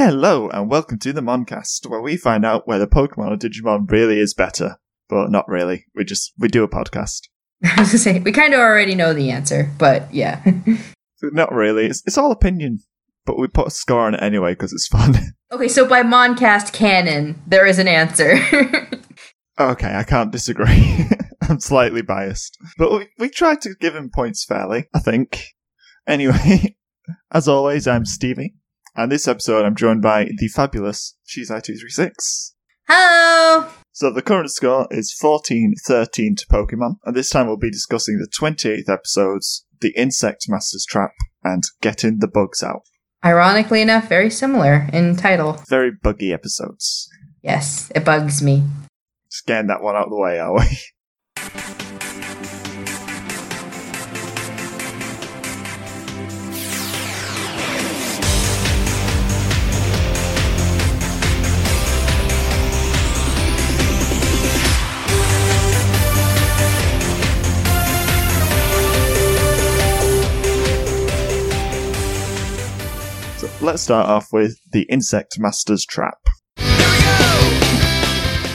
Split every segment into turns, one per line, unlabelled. Hello, and welcome to the Moncast, where we find out whether Pokemon or Digimon really is better. But not really. We just we do a podcast.
I was gonna say we kind of already know the answer, but yeah.
Not really. It's it's all opinion. But we put a score on it anyway because it's fun.
okay, so by Moncast canon, there is an answer.
okay, I can't disagree. I'm slightly biased. But we, we tried to give him points fairly, I think. Anyway, as always, I'm Stevie. And this episode, I'm joined by the fabulous She's I236.
Hello.
So the current score is 14 13 to Pokemon, and this time we'll be discussing the 28th episodes, The Insect Master's Trap, and Getting the Bugs Out.
Ironically enough, very similar in title.
Very buggy episodes.
Yes, it bugs me.
Just getting that one out of the way, are we? So let's start off with the Insect Master's Trap.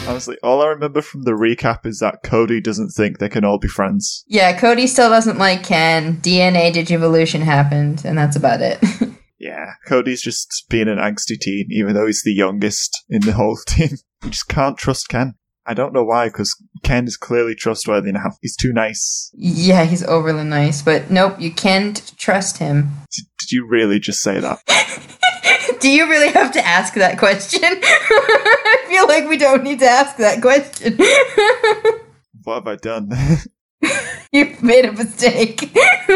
Honestly, all I remember from the recap is that Cody doesn't think they can all be friends.
Yeah, Cody still doesn't like Ken. DNA digivolution happened, and that's about it.
Yeah. Cody's just being an angsty teen, even though he's the youngest in the whole team. You just can't trust Ken. I don't know why, because Ken is clearly trustworthy now. He's too nice.
yeah, he's overly nice, but nope, you can't trust him.
D- Did you really just say that?
Do you really have to ask that question? I feel like we don't need to ask that question.
What have I done?
You've made a mistake.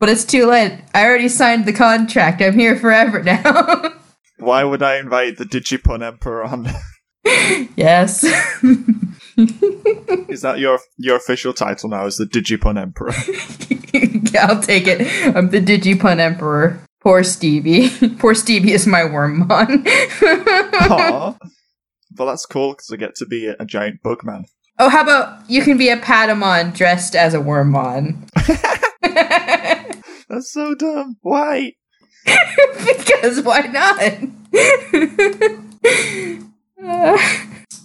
but it's too late. I already signed the contract. I'm here forever now.
why would I invite the Digipun Emperor on?
yes.
is that your your official title now? Is the Digipun Emperor?
I'll take it. I'm the Digipun Emperor. Poor Stevie. Poor Stevie is my wormmon.
Aww. But that's cool because I get to be a, a giant bug man.
oh, how about you can be a Patamon dressed as a wormmon?
That's so dumb. Why?
because why not? Uh,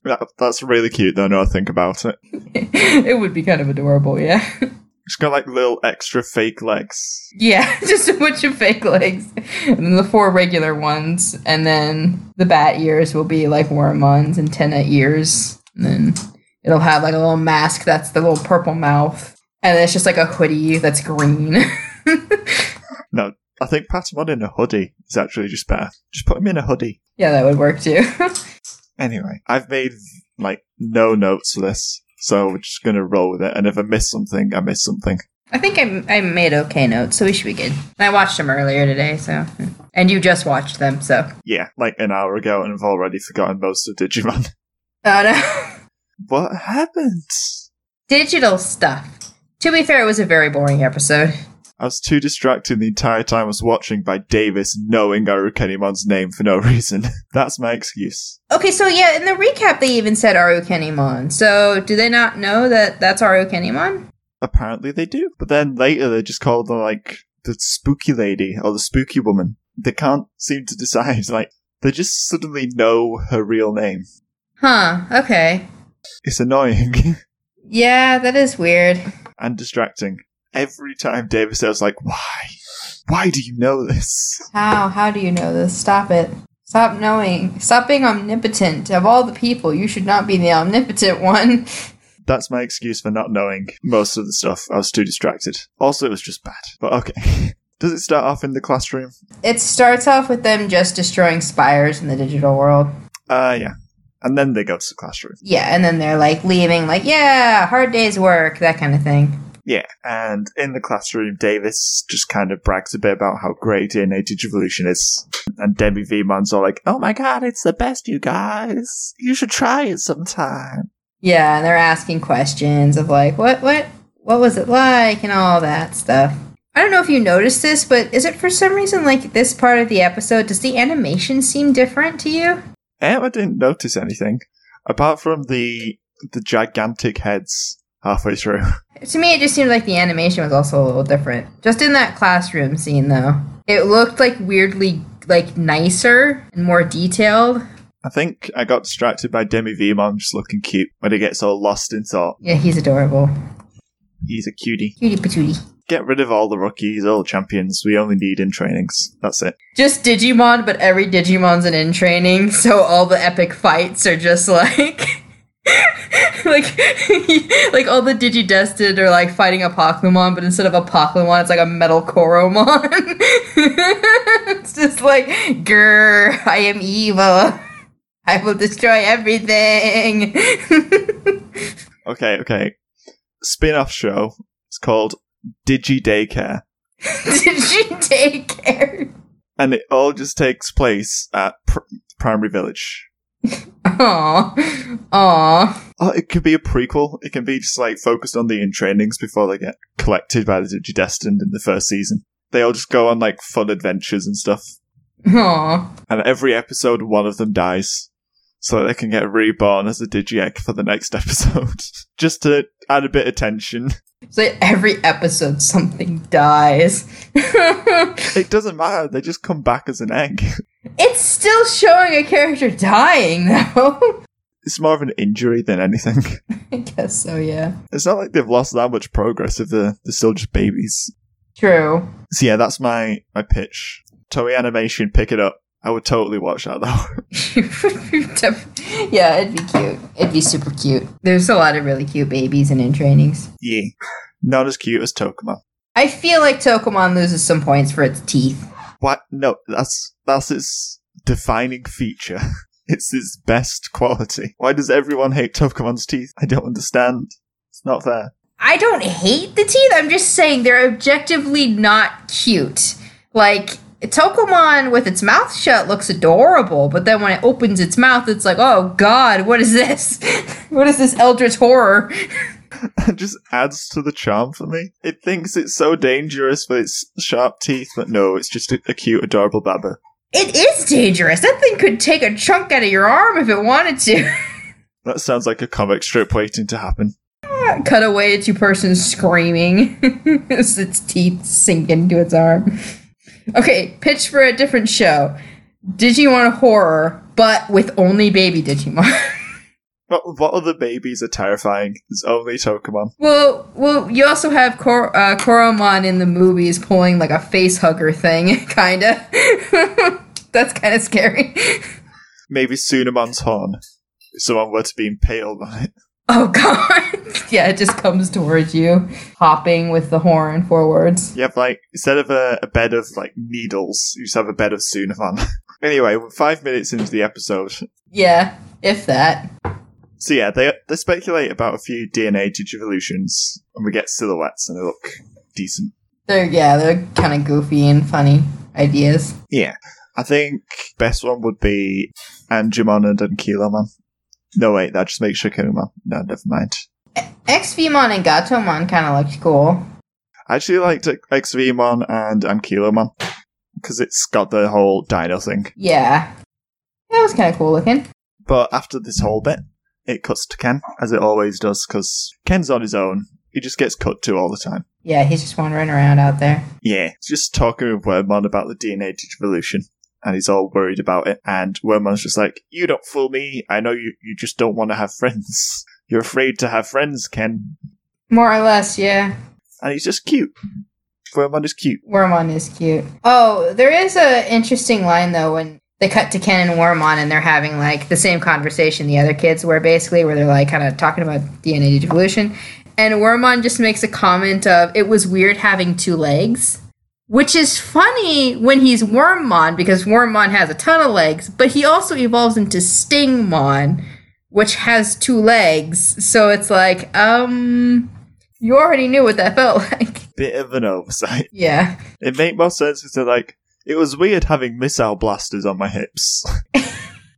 That, that's really cute though. Now I think about it.
it would be kind of adorable, yeah.
She's got like little extra fake legs.
Yeah, just a bunch of fake legs. And then the four regular ones. And then the bat ears will be like Wormon's antenna ears. And then it'll have like a little mask that's the little purple mouth. And then it's just like a hoodie that's green.
I think Patamon in a hoodie is actually just better. Just put him in a hoodie.
yeah, that would work too.
Anyway, I've made like no notes for this, so we're just gonna roll with it. And if I miss something, I miss something.
I think I, I made okay notes, so we should be good. And I watched them earlier today, so. And you just watched them, so.
Yeah, like an hour ago, and I've already forgotten most of Digimon.
Oh no.
what happened?
Digital stuff. To be fair, it was a very boring episode.
I was too distracted the entire time I was watching by Davis knowing Arukennimon's name for no reason. That's my excuse.
Okay, so yeah, in the recap, they even said Aru Kenimon. So do they not know that that's Aru Kenimon?
Apparently they do. But then later they just called her like the spooky lady or the spooky woman. They can't seem to decide. Like, they just suddenly know her real name.
Huh, okay.
It's annoying
Yeah, that is weird.
and distracting. Every time Davis says, like, why? Why do you know this?
How? How do you know this? Stop it. Stop knowing. Stop being omnipotent. Of all the people, you should not be the omnipotent one.
That's my excuse for not knowing most of the stuff. I was too distracted. Also, it was just bad. But okay. Does it start off in the classroom?
It starts off with them just destroying spires in the digital world.
Uh, yeah. And then they go to the classroom.
Yeah, and then they're like leaving, like, yeah, hard day's work, that kind of thing.
Yeah. And in the classroom, Davis just kind of brags a bit about how great DNA Digivolution is. And Debbie V Man's all like, oh my god, it's the best, you guys. You should try it sometime.
Yeah, and they're asking questions of like, what, what, what was it like, and all that stuff. I don't know if you noticed this, but is it for some reason like this part of the episode? Does the animation seem different to you?
Um, I didn't notice anything. Apart from the the gigantic heads halfway through.
To me, it just seemed like the animation was also a little different. Just in that classroom scene, though, it looked like weirdly like nicer and more detailed.
I think I got distracted by Demi Vimon just looking cute when he gets all lost in thought.
Yeah, he's adorable.
He's a cutie.
Cutie patootie.
Get rid of all the rookies, all the champions. We only need in trainings. That's it.
Just Digimon, but every Digimon's an in training, so all the epic fights are just like. like, like all the Digidestined are like fighting a Pokemon, but instead of a Pokemon, it's like a Metal Coromon. it's just like, grr, I am evil. I will destroy everything.
Okay, okay. Spin off show. It's called Digi Daycare.
Did she take care?
And it all just takes place at pr- Primary Village.
Aw, aw.
Oh, it could be a prequel. It can be just like focused on the in trainings before they get collected by the Digidestined in the first season. They all just go on like fun adventures and stuff.
Aw.
And every episode, one of them dies. So they can get reborn as a Digi-Egg for the next episode. just to add a bit of tension.
So every episode something dies. it's
It doesn't matter. They just come back as an egg.
still showing a character dying though.
It's more of an injury than anything.
I guess so, yeah.
It's not like they've lost that much progress if they're, they're still just babies.
True.
So yeah, that's my, my pitch. Toei Animation, pick it up. I would totally watch that though.
yeah, it'd be cute. It'd be super cute. There's a lot of really cute babies and in trainings.
yeah. Not as cute as Tokuma.
I feel like Tokomon loses some points for its teeth.
What? No, that's that's its defining feature. It's its best quality. Why does everyone hate Tokumon's teeth? I don't understand. It's not fair.
I don't hate the teeth. I'm just saying they're objectively not cute. Like Tokomon with its mouth shut looks adorable, but then when it opens its mouth, it's like, oh god, what is this? what is this eldritch horror?
It just adds to the charm for me. It thinks it's so dangerous with its sharp teeth, but no, it's just a, a cute, adorable baba.
It is dangerous. That thing could take a chunk out of your arm if it wanted to.
That sounds like a comic strip waiting to happen.
Cut away to two persons screaming as its teeth sink into its arm. Okay, pitch for a different show. Digimon horror, but with only baby Digimon.
What, what other babies are terrifying? It's only Tokomon.
Well, well, you also have Cor- uh, Koromon in the movies pulling like a face hugger thing, kinda. That's kind of scary.
Maybe Sunamon's horn. If someone were to be impaled on it.
Oh god! yeah, it just comes towards you, hopping with the horn forwards.
You have like instead of a, a bed of like needles, you just have a bed of Sunamon. anyway, we're five minutes into the episode.
Yeah, if that.
So yeah, they they speculate about a few DNA digivolutions, and we get silhouettes and they look decent.
They're yeah, they're kind of goofy and funny ideas.
Yeah. I think best one would be Anjumon and Ankyloman. No wait, that just makes Shikuman. No, never mind.
Xvmon and Gatomon kind of looked cool.
I actually liked Xvmon and Ankylomon because it's got the whole dino thing.
Yeah, that was kind of cool looking.
But after this whole bit, it cuts to Ken, as it always does, because Ken's on his own. He just gets cut to all the time.
Yeah, he's just wandering around out there.
Yeah, he's just talking with Wormmon about the DNA digivolution, and he's all worried about it. And Wormmon's just like, "You don't fool me. I know you. You just don't want to have friends. You're afraid to have friends, Ken."
More or less, yeah.
And he's just cute. Wormmon is cute.
Wormon is cute. Oh, there is a interesting line though when they cut to Ken and Wormon and they're having like the same conversation the other kids were basically where they're like kind of talking about DNA devolution and Wormon just makes a comment of it was weird having two legs. Which is funny when he's Wormmon because Wormmon has a ton of legs, but he also evolves into Stingmon, which has two legs. So it's like, um, you already knew what that felt like.
Bit of an oversight.
Yeah.
It made more sense if they're like, it was weird having missile blasters on my hips.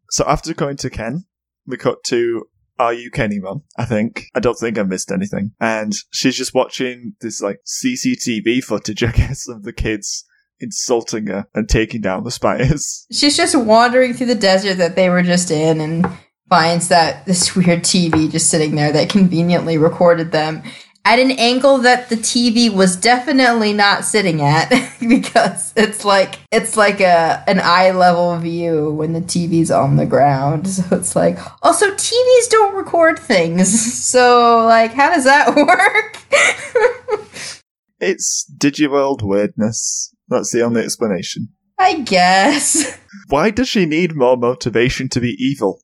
so after going to Ken, we cut to Are You Kenny Mum? E I think. I don't think I missed anything. And she's just watching this like CCTV footage, I guess, of the kids insulting her and taking down the spires.
she's just wandering through the desert that they were just in and finds that this weird TV just sitting there that conveniently recorded them. at an angle that the TV was definitely not sitting at because it's like it's like a an eye level view when the TV's on the ground. So it's like also TVs don't record things. So like how does that work?
It's DigiWorld weirdness. That's the only explanation.
I guess.
Why does she need more motivation to be evil?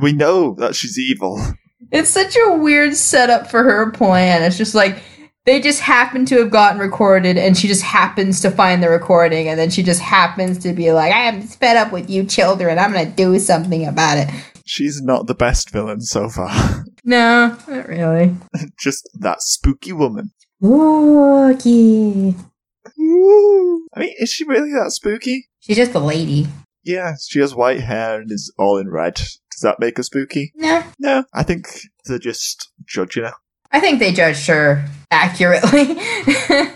We know that she's evil.
It's such a weird setup for her plan. It's just like they just happen to have gotten recorded and she just happens to find the recording and then she just happens to be like, I am fed up with you children. I'm going to do something about it.
She's not the best villain so far.
No, not really.
Just that spooky woman.
Spooky.
I mean, is she really that spooky?
She's just a lady.
Yeah, she has white hair and is all in red. Does that make her spooky?
No.
No, I think they're just judging her.
I think they judged her accurately.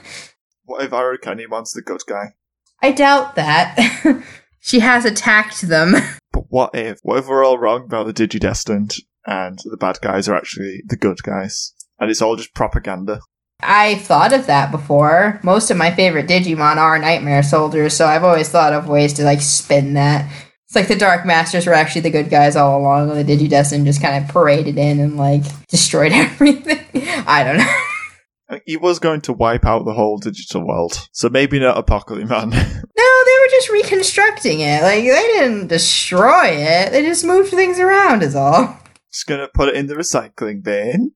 What if Arukani wants the good guy?
I doubt that. she has attacked them.
But what if? What if we're all wrong about the Digidestined and the bad guys are actually the good guys? And it's all just propaganda.
I've thought of that before. Most of my favorite Digimon are Nightmare Soldiers, so I've always thought of ways to like spin that. It's like the Dark Masters were actually the good guys all along, and the Digidestin just kind of paraded in and like destroyed everything. I don't know.
And He was going to wipe out the whole digital world. So maybe not Apocalypse Man.
No, they were just reconstructing it. Like they didn't destroy it. They just moved things around is all.
just gonna put it in the recycling bin.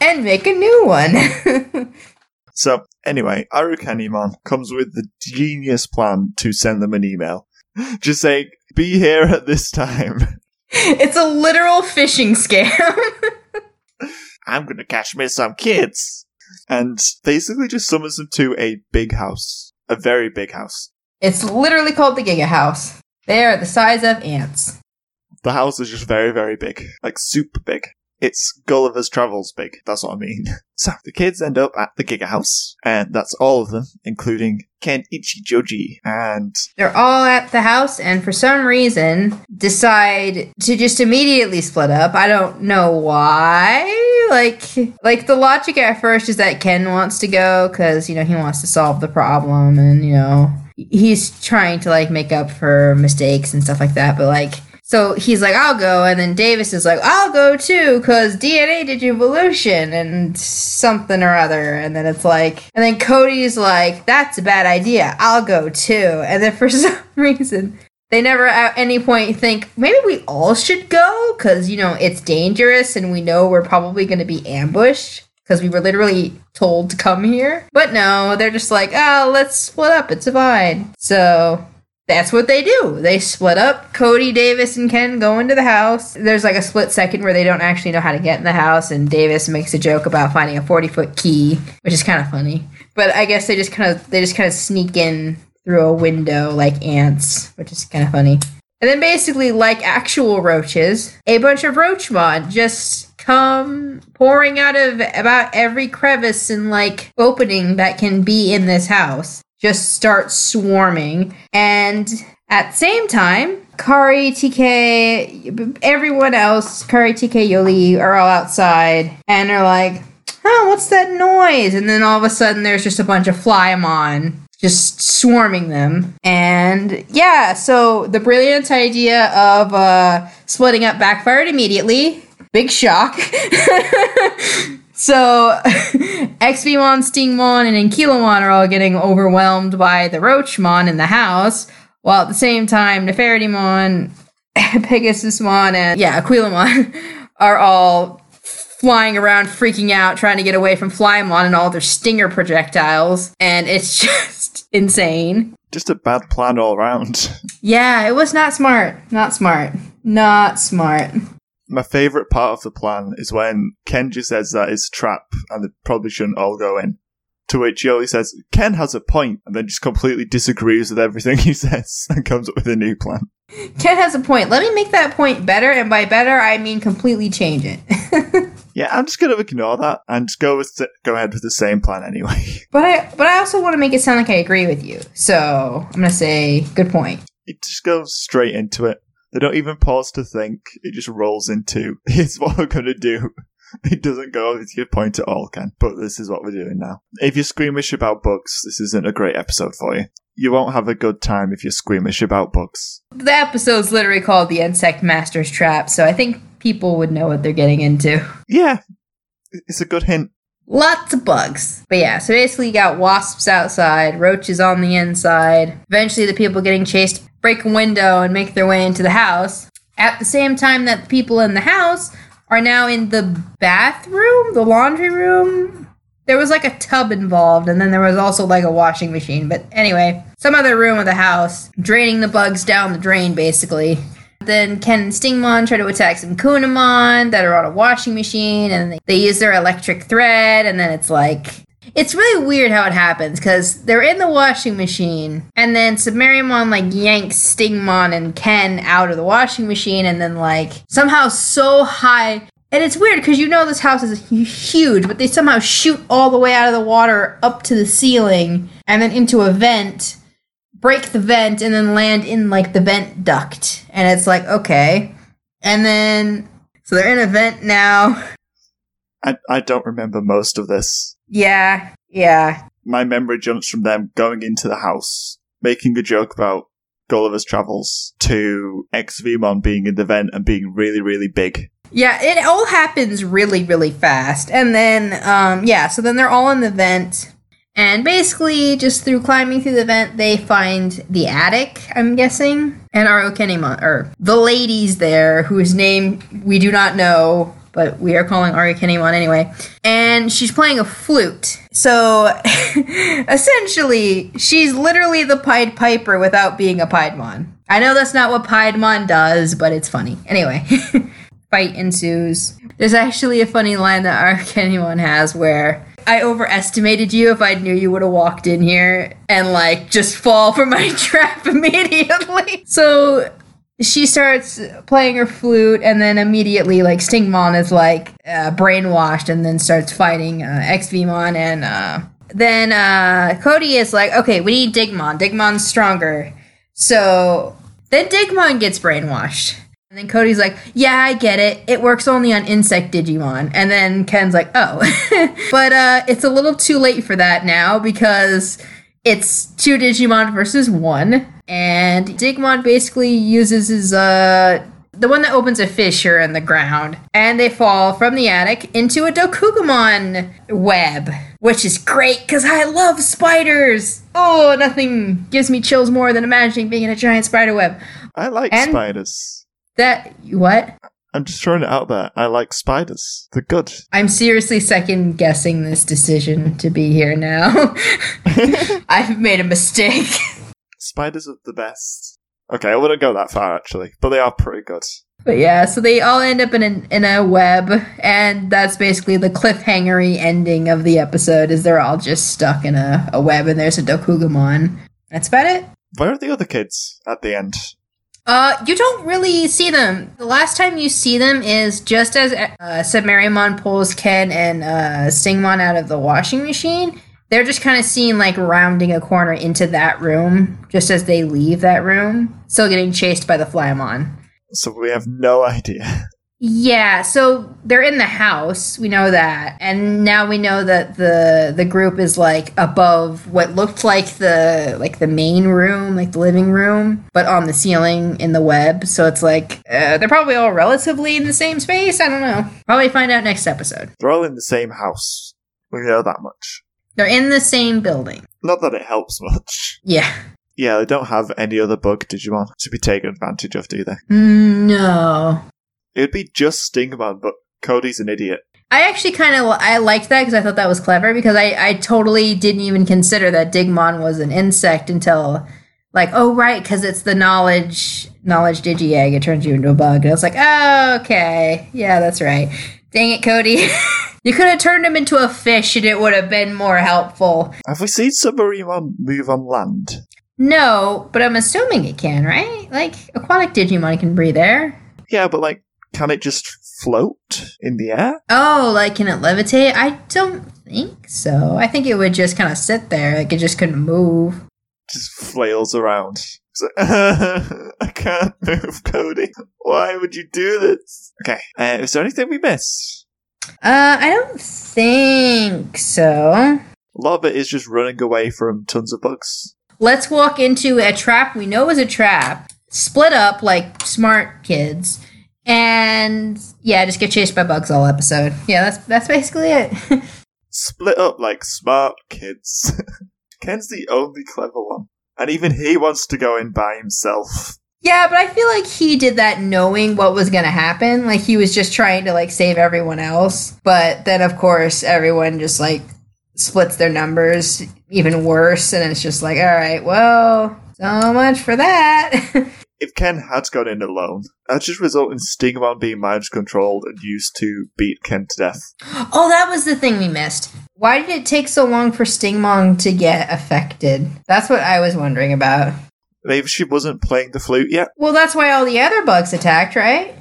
and make a new one.
So anyway, Arukanimon comes with the genius plan to send them an email. Just saying, be here at this time.
it's a literal phishing scam.
I'm gonna catch me some kids. And basically just summons them to a big house. A very big house.
It's literally called the Giga House. They are the size of ants.
The house is just very, very big. Like super big. It's Gulliver's Travels big. That's what I mean. So the kids end up at the Giga House, and that's all of them, including Ken Ichijoji and
They're all at the house and for some reason decide to just immediately split up. I don't know why. Like like the logic at first is that Ken wants to go cuz you know he wants to solve the problem and you know he's trying to like make up for mistakes and stuff like that, but like so he's like, I'll go. And then Davis is like, I'll go too, because DNA digivolution and something or other. And then it's like, and then Cody's like, that's a bad idea. I'll go too. And then for some reason, they never at any point think, maybe we all should go, because, you know, it's dangerous and we know we're probably going to be ambushed. Because we were literally told to come here. But no, they're just like, oh, let's split up. It's fine. So that's what they do. They split up. Cody, Davis, and Ken go into the house. There's like a split second where they don't actually know how to get in the house, and Davis makes a joke about finding a 40 foot key, which is kind of funny. But I guess they just kind of they just kind of sneak in through a window like ants, which is kind of funny. And then basically, like actual roaches, a bunch of roachmon just come pouring out of about every crevice and like opening that can be in this house. Just start swarming. And at the same time, Kari, TK, everyone else, Kari, TK, Yoli are all outside and are like, oh, what's that noise? And then all of a sudden, there's just a bunch of Flyamon just swarming them. And yeah, so the brilliant idea of uh, splitting up backfired immediately. Big shock. So, Xbmon, Stingmon, and Ankylomon are all getting overwhelmed by the Roachmon in the house, while at the same time, Nefertimon, Pegasusmon, and yeah, Aquilamon are all flying around, freaking out, trying to get away from Flymon and all their stinger projectiles, and it's just insane.
just a bad plan all round.
Yeah, it was not smart. Not smart. Not smart.
My favourite part of the plan is when Ken just says that it's a trap and they probably shouldn't all go in. To which Yoli says, Ken has a point, and then just completely disagrees with everything he says and comes up with a new plan.
Ken has a point. Let me make that point better, and by better, I mean completely change it.
Yeah, I'm just going to ignore that and just go with go ahead with the same plan anyway.
But I but I also want to make it sound like I agree with you. So I'm gonna say good point.
It just goes straight into it. They don't even pause to think. It just rolls into, here's what we're going to do. It doesn't go to your point at all, Ken. But this is what we're doing now. If you're squeamish about bugs, this isn't a great episode for you. You won't have a good time if you're squeamish about bugs.
The episode's literally called The Insect Master's Trap, so I think people would know what they're getting into.
Yeah, it's a good hint.
Lots of bugs. But yeah, so basically you got wasps outside, roaches on the inside. Eventually the people getting chased break a window and make their way into the house. At the same time that the people in the house are now in the bathroom, the laundry room. There was like a tub involved and then there was also like a washing machine. But anyway, some other room of the house, draining the bugs down the drain basically. Then Ken and Stingmon try to attack some Kunamon that are on a washing machine, and they, they use their electric thread, and then it's like. It's really weird how it happens because they're in the washing machine, and then Submarimon like yanks Stingmon and Ken out of the washing machine, and then like somehow so high. And it's weird because you know this house is huge, but they somehow shoot all the way out of the water up to the ceiling and then into a vent break the vent and then land in like the vent duct. And it's like, okay. And then so they're in a vent now.
I, I don't remember most of this.
Yeah. Yeah.
My memory jumps from them going into the house, making a joke about Gulliver's Travels, to Xvmon being in the vent and being really, really big.
Yeah, it all happens really, really fast. And then um yeah, so then they're all in the vent. And basically, just through climbing through the vent, they find the attic, I'm guessing, and our Okenimon, or the ladies there, whose name we do not know, but we are calling Ari Kenimon anyway. And she's playing a flute. So essentially, she's literally the Pied Piper without being a Piedmon. I know that's not what Piedmon does, but it's funny. Anyway. fight ensues. There's actually a funny line that Arc anyone has where I overestimated you if I knew you would have walked in here and like just fall for my trap immediately. So she starts playing her flute and then immediately like Stingmon is like uh, brainwashed and then starts fighting uh, Xvmon and uh, then uh, Cody is like, okay, we need Digmon. Digmon's stronger. So then Digmon gets brainwashed. And then Cody's like, "Yeah, I get it. It works only on insect Digimon." And then Ken's like, "Oh, but uh, it's a little too late for that now because it's two Digimon versus one, and Digimon basically uses his uh." The one that opens a fissure in the ground, and they fall from the attic into a Dokugamon web, which is great because I love spiders. Oh, nothing gives me chills more than imagining being in a giant spider web.
I like
And-
spiders.
That what?
I'm just throwing it out there. I like spiders. They're good.
I'm seriously second guessing this decision to be here now. I've made a mistake.
Spiders are the best. Okay, I wouldn't go that far actually, but they are pretty good.
But yeah, so they all end up in an, in a web, and that's basically the cliffhangery ending of the episode. Is they're all just stuck in a, a web, and there's a Dokugamon. That's about it.
Where are the other kids at the end?
Uh, you don't really see them. The last time you see them is just as uh, Submarimon pulls Ken and uh, Singmon out of the washing machine. They're just kind of seen like rounding a corner into that room, just as they leave that room, still getting chased by the Flyamon.
So we have no idea.
Yeah, so they're in the house. We know that, and now we know that the the group is like above what looked like the like the main room, like the living room, but on the ceiling in the web. So it's like uh, they're probably all relatively in the same space. I don't know. Probably find out next episode.
They're all in the same house. We know that much.
They're in the same building.
Not that it helps much.
Yeah.
Yeah, they don't have any other bug Digimon to be taken advantage of, do they?
Mm, No.
It would be just Stingmon, but Cody's an idiot.
I actually kind of I liked that because I thought that was clever because I I totally didn't even consider that Digimon was an insect until like oh right because it's the knowledge knowledge digi egg it turns you into a bug and I was like oh okay yeah that's right dang it Cody you could have turned him into a fish and it would have been more helpful
Have we seen Submarimon move on land?
no but I'm assuming it can right like aquatic Digimon can breathe air
Yeah, but like, can it just float in the air?
Oh, like can it levitate? I don't think so. I think it would just kind of sit there. Like it just couldn't move.
Just flails around. It's like, I can't move, Cody. Why would you do this? Okay, uh, is there anything we missed?
Uh, I don't think so.
A lot of it is just running away from tons of bugs.
Let's walk into a trap we know is a trap, split up like smart kids, and yeah, just get chased by bugs all episode. Yeah, that's that's basically it.
Split up like smart kids. Ken's the only clever one. And even he wants to go in by himself.
yeah, but I feel like he did that knowing what was gonna happen. Like he was just trying to like save everyone else, but then of course everyone just like splits their numbers even worse, and it's just like, all right, well, so much for that.
If Ken had gone in alone, that just result in Stigmon being mind controlled and used to beat Ken to death.
Oh, that was the thing we missed. Why did it take so long for Stingmong to get affected? That's what I was wondering about.
Maybe she wasn't playing the flute yet.
Well, that's why all the other bugs attacked, right?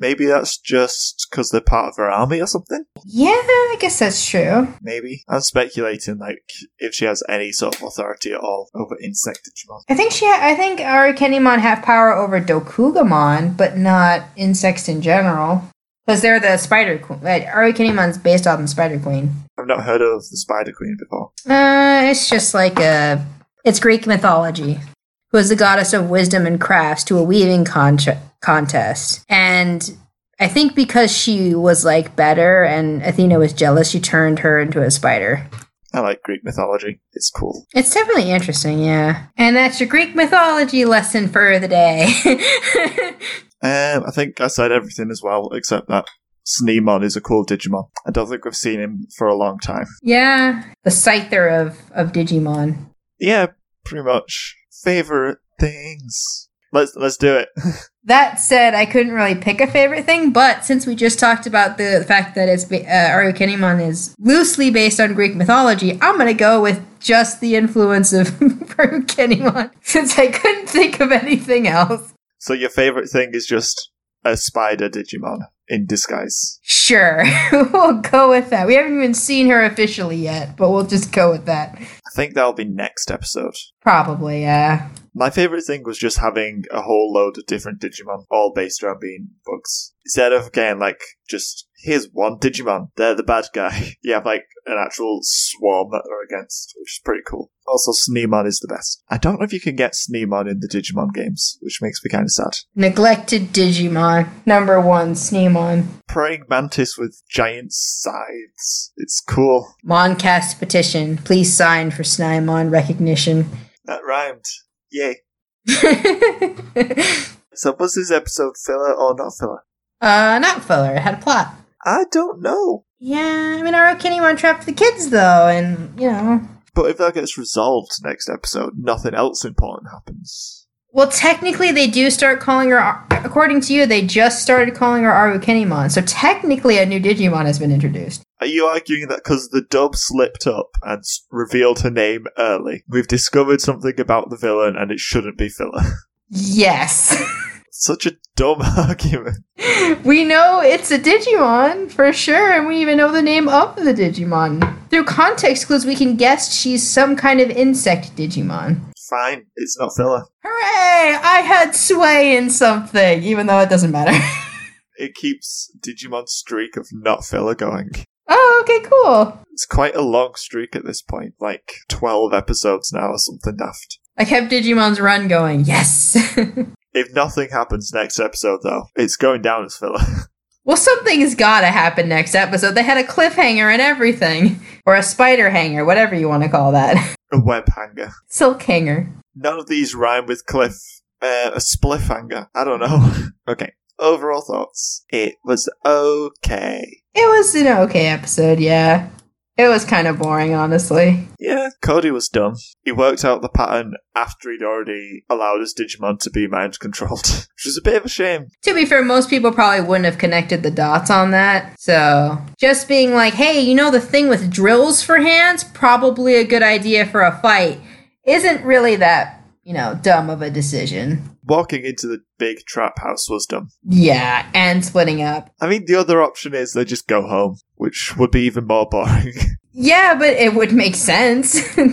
Maybe that's just because they're part of her army or something.
Yeah, I guess that's true.
Maybe. I'm speculating, like, if she has any sort of authority at all over Insect Digimon.
I think she. Ha- I think Arikenimon have power over Dokugamon, but not insects in general, because they're the Spider uh, Queen. Right, Arikenimon's based off the Spider Queen.
I've not heard of the Spider Queen before.
Uh, it's just like a. It's Greek mythology. Who is the goddess of wisdom and crafts to a weaving con- contest. And I think because she was like better and Athena was jealous, she turned her into a spider.
I like Greek mythology. It's cool.
It's definitely interesting, yeah. And that's your Greek mythology lesson for the day.
Um, I think I said everything as well, except that Sneemon is a cool Digimon. I don't think we've seen him for a long time.
yeah. The scyther of, of Digimon.
Yeah, pretty much. Favorite things. Let's let's do it.
That said, I couldn't really pick a favorite thing, but since we just talked about the fact that it's ba- uh, Arikenimon is loosely based on Greek mythology, I'm gonna go with just the influence of Arikenimon since I couldn't think of anything else.
so your favorite thing is just a spider Digimon in disguise.
Sure, we'll go with that. We haven't even seen her officially yet, but we'll just go with that.
I think that'll be next episode.
Probably, uh, yeah.
My favorite thing was just having a whole load of different Digimon, all based around being bugs. Instead of again like just here's one Digimon, they're the bad guy. You have like an actual swarm that they're against, which is pretty cool. Also, Sneemon is the best. I don't know if you can get Sneemon in the Digimon games, which makes me kind of sad.
neglected Digimon number one, Sneemon.
Praying mantis with giant sides. It's cool.
Moncast petition, please sign for Sneemon recognition.
That rhymed. Yay. So was this episode filler or not filler?
Uh, not filler. It had a plot.
I don't know.
Yeah, I mean, our Kinnymon trapped the kids though, and you know.
But if that gets resolved next episode, nothing else important happens.
Well, technically, they do start calling her. According to you, they just started calling her Aru Kinnymon. So technically, a new Digimon has been introduced.
Are you arguing that because the dub slipped up and s- revealed her name early, we've discovered something about the villain and it shouldn't be filler?
Yes,
Such a dumb argument.
we know it's a Digimon for sure, and we even know the name of the Digimon through context clues. We can guess she's some kind of insect Digimon.
Fine, it's not filler.
Hooray! I had sway in something, even though it doesn't matter.
It keeps Digimon's streak of not filler going.
oh, okay, cool.
It's quite a long streak at this point, like 12 episodes now or something daft.
I kept Digimon's run going. Yes.
If nothing happens next episode, though, it's going down as filler.
well, something's gotta happen next episode. They had a cliffhanger and everything, or a spider hanger, whatever you want to call that,
a web hanger.
silk hanger.
None of these rhyme with cliff. Uh, a spliffhanger. I don't know. okay. Overall thoughts. It was okay.
It was an okay episode, yeah. It was kind of boring, honestly.
Yeah, Cody was dumb. He worked out the pattern after he'd already allowed his Digimon to be mind controlled, which is a bit of a shame.
To be fair, most people probably wouldn't have connected the dots on that. So, just being like, hey, you know the thing with drills for hands? Probably a good idea for a fight. Isn't really that, you know, dumb of a decision.
Walking into the big trap house was dumb.
Yeah, and splitting up.
I mean, the other option is they just go home, which would be even more boring.
Yeah, but it would make sense.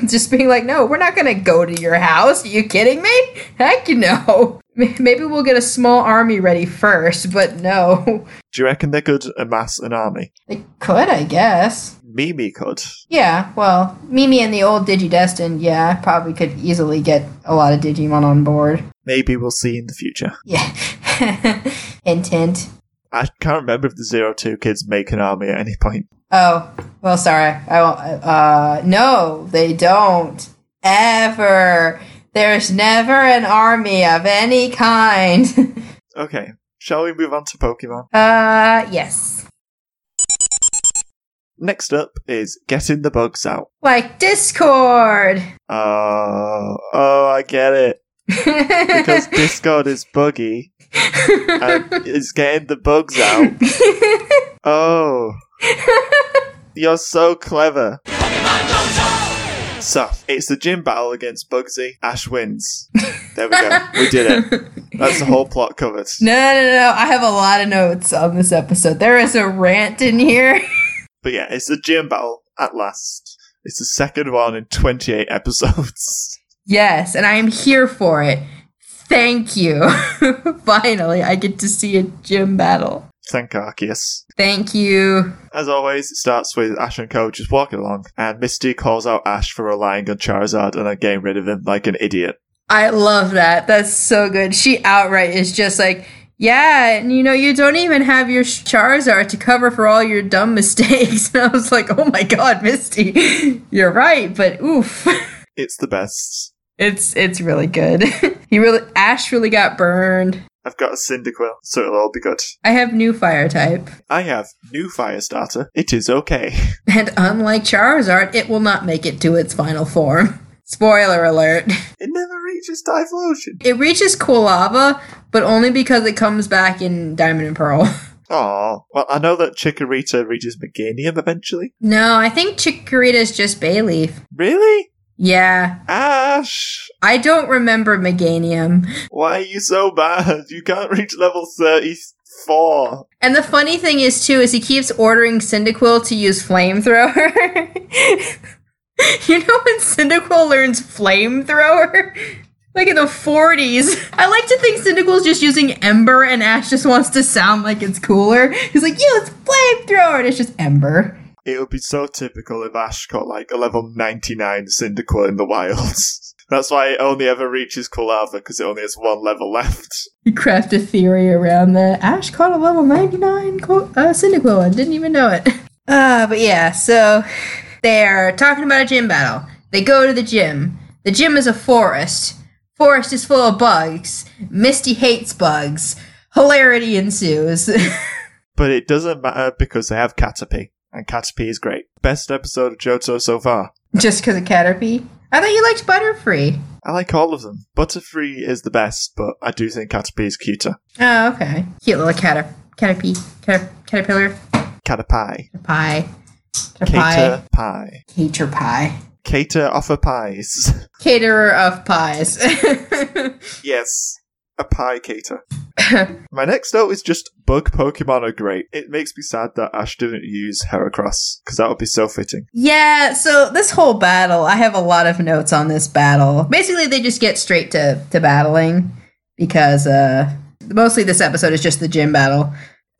Just being like, no, we're not gonna go to your house. Are you kidding me? Heck no. M- Maybe we'll get a small army ready first, but no.
Do you reckon they could amass an army?
They could, I guess.
Mimi could.
Yeah, well, Mimi and the old Digidestined, yeah, probably could easily get a lot of Digimon on board.
Maybe we'll see in the future.
Yeah. hint, hint.
I can't remember if the Zero Two kids make an army at any point.
Oh, well, sorry. I won't. Uh, no, they don't. Ever. There's never an army of any kind.
Okay, shall we move on to Pokemon?
uh, yes.
Next up is Getting the Bugs Out.
Like Discord.
Oh, oh, I get it. Because Discord is buggy and it's getting the bugs out. Oh. You're so clever. So, it's the gym battle against Bugsy. Ash wins. There we go. We did it. That's the whole plot covered.
No, no, no, no. I have a lot of notes on this episode. There is a rant in here.
But yeah, it's the gym battle at last. It's the second one in 28 episodes.
Yes, and I am here for it. Thank you. Finally, I get to see a gym battle.
Thank Arceus.
Thank you.
As always, it starts with Ash and Co just walking along, and Misty calls out Ash for relying on Charizard and then getting rid of him like an idiot.
I love that. That's so good. She outright is just like, yeah, and you know, you don't even have your Charizard to cover for all your dumb mistakes. And I was like, oh my god, Misty, you're right, but oof.
It's the best.
It's it's really good. he really Ash really got burned.
I've got a Cyndaquil, so it'll all be good.
I have new fire type.
I have new fire starter. It is okay.
And unlike Charizard, it will not make it to its final form. Spoiler alert.
It never reaches Typhlosion.
It reaches Quilava, but only because it comes back in Diamond and Pearl.
Aw. Well, I know that Chikorita reaches Meganium eventually.
No, I think Chikorita's just Bayleaf.
Really?
Yeah,
Ash!
I don't remember Meganium.
Why are you so bad? You can't reach level 34.
And the funny thing is, too, is he keeps ordering Cyndaquil to use Flamethrower. you know when Cyndaquil learns Flamethrower? Like in the 40s. I like to think Cyndaquil's just using Ember and Ash just wants to sound like it's cooler. He's like, use Flamethrower! And it's just Ember.
It would be so typical if Ash got like a level 99 Cyndaquil in the wilds. That's why it only ever reaches Kulava, because it only has one level left.
You craft a theory around that. Ash caught a level 99 co- uh, Cyndaquil and didn't even know it. Uh, but yeah, so they're talking about a gym battle. They go to the gym. The gym is a forest. Forest is full of bugs. Misty hates bugs. Hilarity ensues.
But it doesn't matter because they have Caterpie, and Caterpie is great. Best episode of Johto so far.
Just because of Caterpie? I thought you liked Butterfree.
I like all of them. Butterfree is the best, but I do think Caterpie is cuter.
Oh, okay. Cute little cater- Caterpie. Cater- caterpillar.
Caterpie.
Pie. Caterpie.
Cater pie.
Cater pie.
Cater offer pies.
Caterer of pies.
yes. A pie cater. My next note is just bug Pokemon are great. It makes me sad that Ash didn't use Heracross, because that would be so fitting.
Yeah, so this whole battle, I have a lot of notes on this battle. Basically, they just get straight to, to battling because uh, mostly this episode is just the gym battle.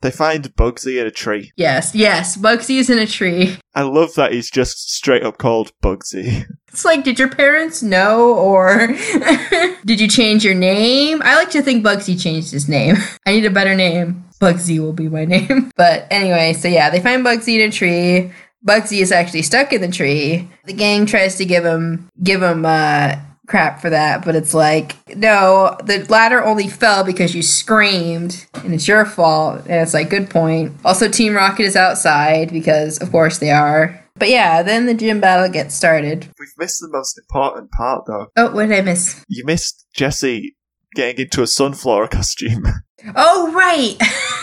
They find Bugsy in a tree.
Yes, yes, Bugsy is in a tree.
I love that he's just straight up called Bugsy.
It's like, did your parents know or did you change your name? I like to think Bugsy changed his name. I need a better name. Bugsy will be my name. But anyway, so yeah, they find Bugsy in a tree. Bugsy is actually stuck in the tree. The gang tries to give him give him uh crap for that, but it's like, no, the ladder only fell because you screamed and it's your fault. And it's like, good point. Also, Team Rocket is outside because, of course, they are. But yeah, then the gym battle gets started.
We've missed the most important part though.
Oh, what did I miss?
You missed Jesse getting into a sunflower costume.
Oh, right!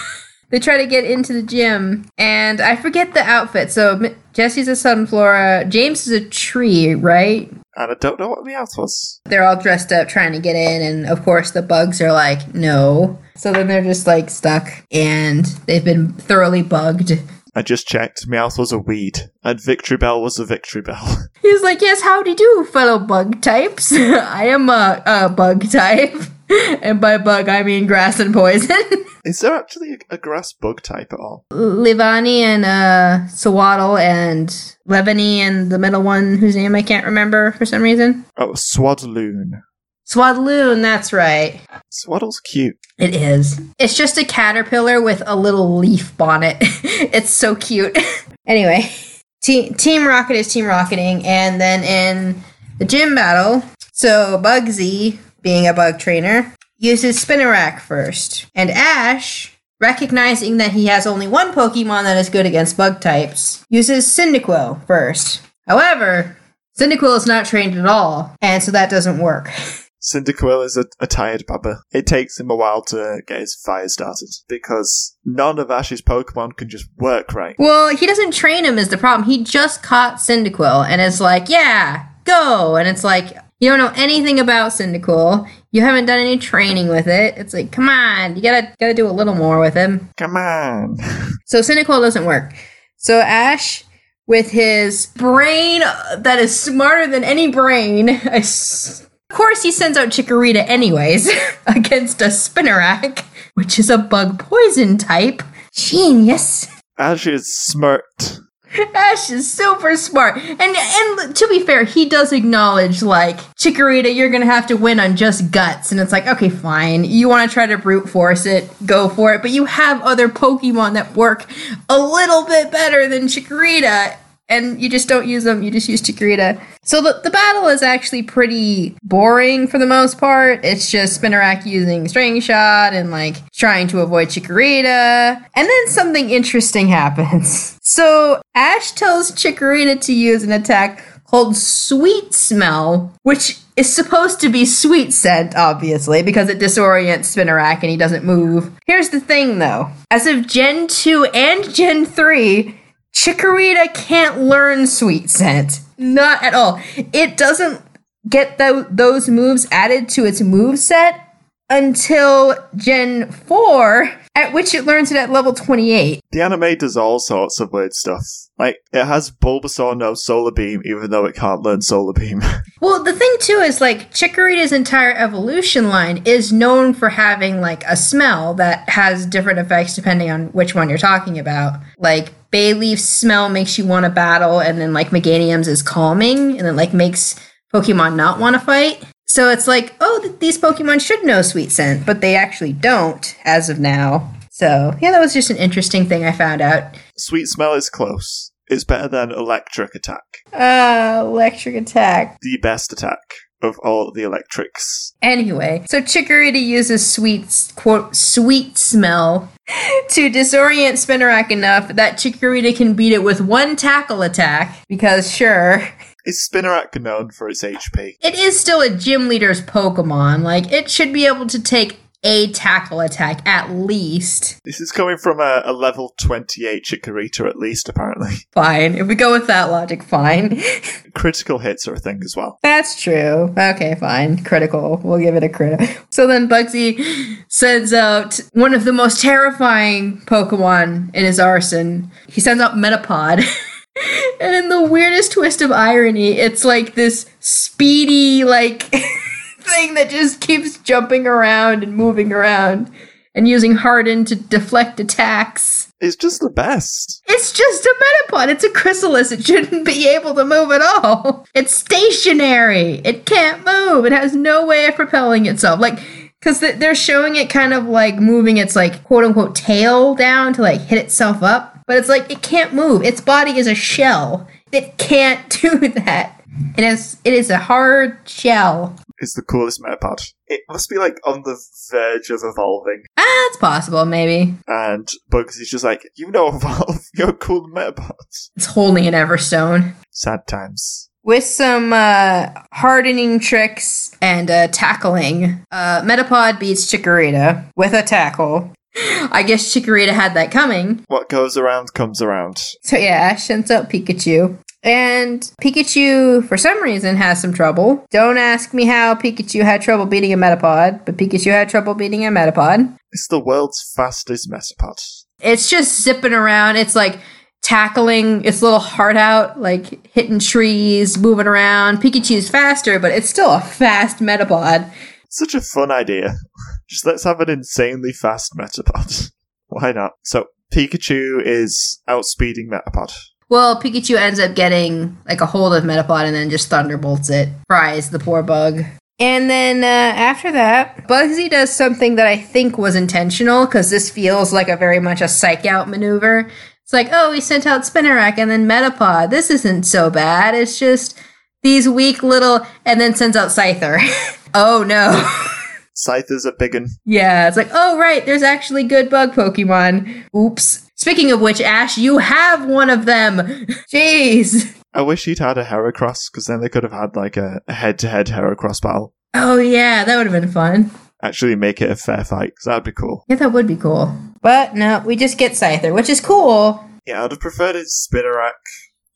they try to get into the gym, and I forget the outfit. So M- Jesse's a sunflower, James is a tree, right?
and I don't know what the else was.
They're all dressed up trying to get in, and of course, the bugs are like, no. So then they're just like stuck, and they've been thoroughly bugged.
I just checked. Meowth was a weed, and Victory Bell was a Victory Bell.
He's like, yes, howdy do, fellow bug types. I am a, a bug type. and by bug, I mean grass and poison.
Is there actually a, a grass bug type at all?
Livani and uh, Swaddle and Levany and the middle one whose name I can't remember for some reason.
Oh, Swadloon.
Swadloon, that's right.
Swaddle's cute.
It is. It's just a caterpillar with a little leaf bonnet. it's so cute. anyway, te- Team Rocket is Team Rocketing, and then in the gym battle, so Bugsy, being a bug trainer, uses Spinnerack first, and Ash, recognizing that he has only one Pokemon that is good against bug types, uses Cyndaquil first. However, Cyndaquil is not trained at all, and so that doesn't work.
Cyndaquil is a, a tired papa. It takes him a while to get his fire started because none of Ash's Pokemon can just work right.
Well, he doesn't train him is the problem. He just caught Cyndaquil and is like, yeah, go. And it's like, you don't know anything about Cyndaquil. You haven't done any training with it. It's like, come on, you gotta gotta do a little more with him.
Come on.
So Cyndaquil doesn't work. So Ash, with his brain uh, that is smarter than any brain, I s- of course he sends out Chikorita anyways against a Spinnerack, which is a bug poison type. Genius.
Ash is smirked.
Ash is super smart, and and to be fair, he does acknowledge like Chikorita, you're gonna have to win on just guts, and it's like okay, fine. You want to try to brute force it, go for it, but you have other Pokemon that work a little bit better than Chikorita, and you just don't use them. You just use Chikorita. So the the battle is actually pretty boring for the most part. It's just Spinnerack using String Shot and like trying to avoid Chikorita, and then something interesting happens. So Ash tells Chikorita to use an attack called Sweet Smell, which is supposed to be sweet scent, obviously, because it disorients Spinnerack and he doesn't move. Here's the thing though as of Gen 2 and Gen 3, Chikorita can't learn sweet scent. Not at all. It doesn't get tho- those moves added to its move set until Gen 4, at which it learns it at level 28.
The anime does all sorts of weird stuff. Like, it has Bulbasaur no Solar Beam, even though it can't learn Solar Beam.
Well, the thing too is like Chikorita's entire evolution line is known for having like a smell that has different effects depending on which one you're talking about. Like bay leaf smell makes you want to battle, and then like Meganium's is calming, and then like makes Pokemon not want to fight. So it's like, oh, th- these Pokemon should know sweet scent, but they actually don't as of now. So yeah, that was just an interesting thing I found out.
Sweet Smell is close. It's better than Electric Attack.
Uh, electric attack.
The best attack of all the electrics.
Anyway, so Chikorita uses sweet quote sweet smell to disorient Spinnerack enough that Chikorita can beat it with one tackle attack because sure,
Is Spinnerack known for its HP?
it is still a gym leader's Pokemon. Like it should be able to take a tackle attack at least.
This is coming from a, a level 28 Chikorita, at least, apparently.
Fine. If we go with that logic, fine.
Critical hits are a thing as well.
That's true. Okay, fine. Critical. We'll give it a crit. So then Bugsy sends out one of the most terrifying Pokemon in his arson. He sends out Metapod. and in the weirdest twist of irony, it's like this speedy, like, thing that just keeps jumping around and moving around and using Harden to deflect attacks.
It's just the best.
It's just a metapod. It's a chrysalis. It shouldn't be able to move at all. It's stationary. It can't move. It has no way of propelling itself. Like, because they're showing it kind of like moving its like quote unquote tail down to like hit itself up. But it's like it can't move. Its body is a shell. It can't do that. It is it is a hard shell.
It's the coolest metapod. It must be like on the verge of evolving.
Ah, it's possible, maybe.
And Bugsy's just like, you know, evolve. You're a cool metapod.
It's holding an Everstone.
Sad times.
with some uh, hardening tricks and uh, tackling, uh, Metapod beats Chikorita with a tackle. I guess Chikorita had that coming.
What goes around comes around.
So yeah, Ash sends out Pikachu. And Pikachu, for some reason, has some trouble. Don't ask me how Pikachu had trouble beating a Metapod, but Pikachu had trouble beating a Metapod.
It's the world's fastest metapod.
it's just zipping around. It's like tackling its little heart out, like hitting trees, moving around. Pikachu's faster, but it's still a fast Metapod.
Such a fun idea. Just let's have an insanely fast Metapod. Why not? So Pikachu is outspeeding Metapod.
Well, Pikachu ends up getting like a hold of Metapod and then just thunderbolts it, fries the poor bug. And then uh, after that, Bugsy does something that I think was intentional because this feels like a very much a psych out maneuver. It's like, oh, we sent out Spinnerack and then Metapod. This isn't so bad. It's just these weak little, and then sends out Scyther. oh no.
Scyther's a big un.
yeah, it's like, oh right, there's actually good bug Pokemon. Oops. Speaking of which, Ash, you have one of them. Jeez.
I wish he'd had a Heracross, because then they could have had like a head to head Heracross battle.
Oh yeah, that would have been fun.
Actually, make it a fair fight, because that'd be cool.
Yeah, that would be cool. But no, we just get Scyther, which is cool.
Yeah, I'd have preferred if Spinnerack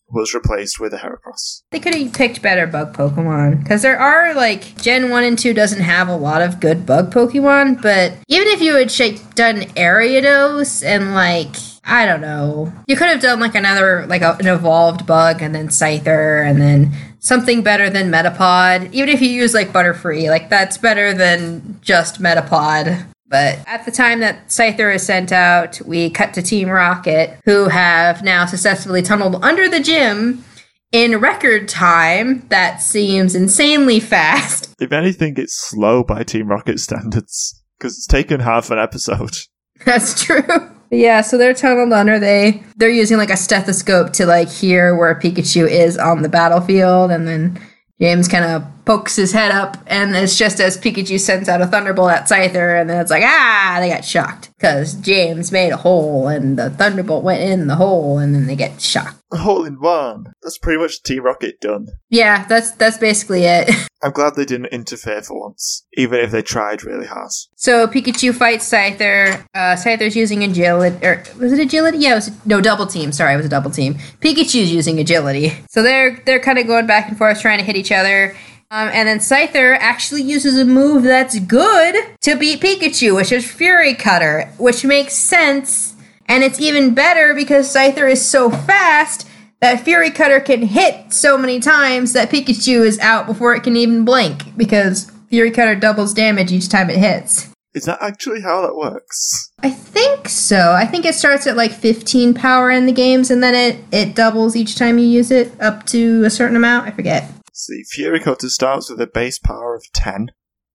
was replaced with a Heracross.
They could have picked better bug Pokemon. Because there are, like, Gen 1 and 2 doesn't have a lot of good bug Pokemon, but even if you had sh- done Ariados and, like, I don't know, you could have done, like, another, like, a, an evolved bug and then Scyther and then something better than Metapod. Even if you use, like, Butterfree, like, that's better than just Metapod. But at the time that Scyther is sent out, we cut to Team Rocket, who have now successfully tunneled under the gym in record time. That seems insanely fast.
If anything, it's slow by Team Rocket standards, because it's taken half an episode.
That's true. Yeah, so they're tunneled under. They they're using like a stethoscope to like hear where Pikachu is on the battlefield, and then James kind of pokes his head up, and it's just as Pikachu sends out a thunderbolt at Scyther, and then it's like ah, they got shocked because James made a hole, and the thunderbolt went in the hole, and then they get shocked.
A hole in one. That's pretty much Team Rocket done.
Yeah, that's that's basically it.
I'm glad they didn't interfere for once, even if they tried really hard.
So Pikachu fights Scyther. Uh, Scyther's using agility, or was it agility? Yeah, it was no double team. Sorry, it was a double team. Pikachu's using agility. So they're they're kind of going back and forth, trying to hit each other. Um, and then Scyther actually uses a move that's good to beat Pikachu, which is Fury Cutter, which makes sense. And it's even better because Scyther is so fast that Fury Cutter can hit so many times that Pikachu is out before it can even blink because Fury Cutter doubles damage each time it hits.
Is that actually how that works?
I think so. I think it starts at like 15 power in the games and then it, it doubles each time you use it up to a certain amount. I forget.
See, Fury Cutter starts with a base power of 10.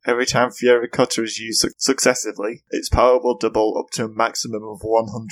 Every time Fury Cutter is used suc- successively, its power will double up to a maximum of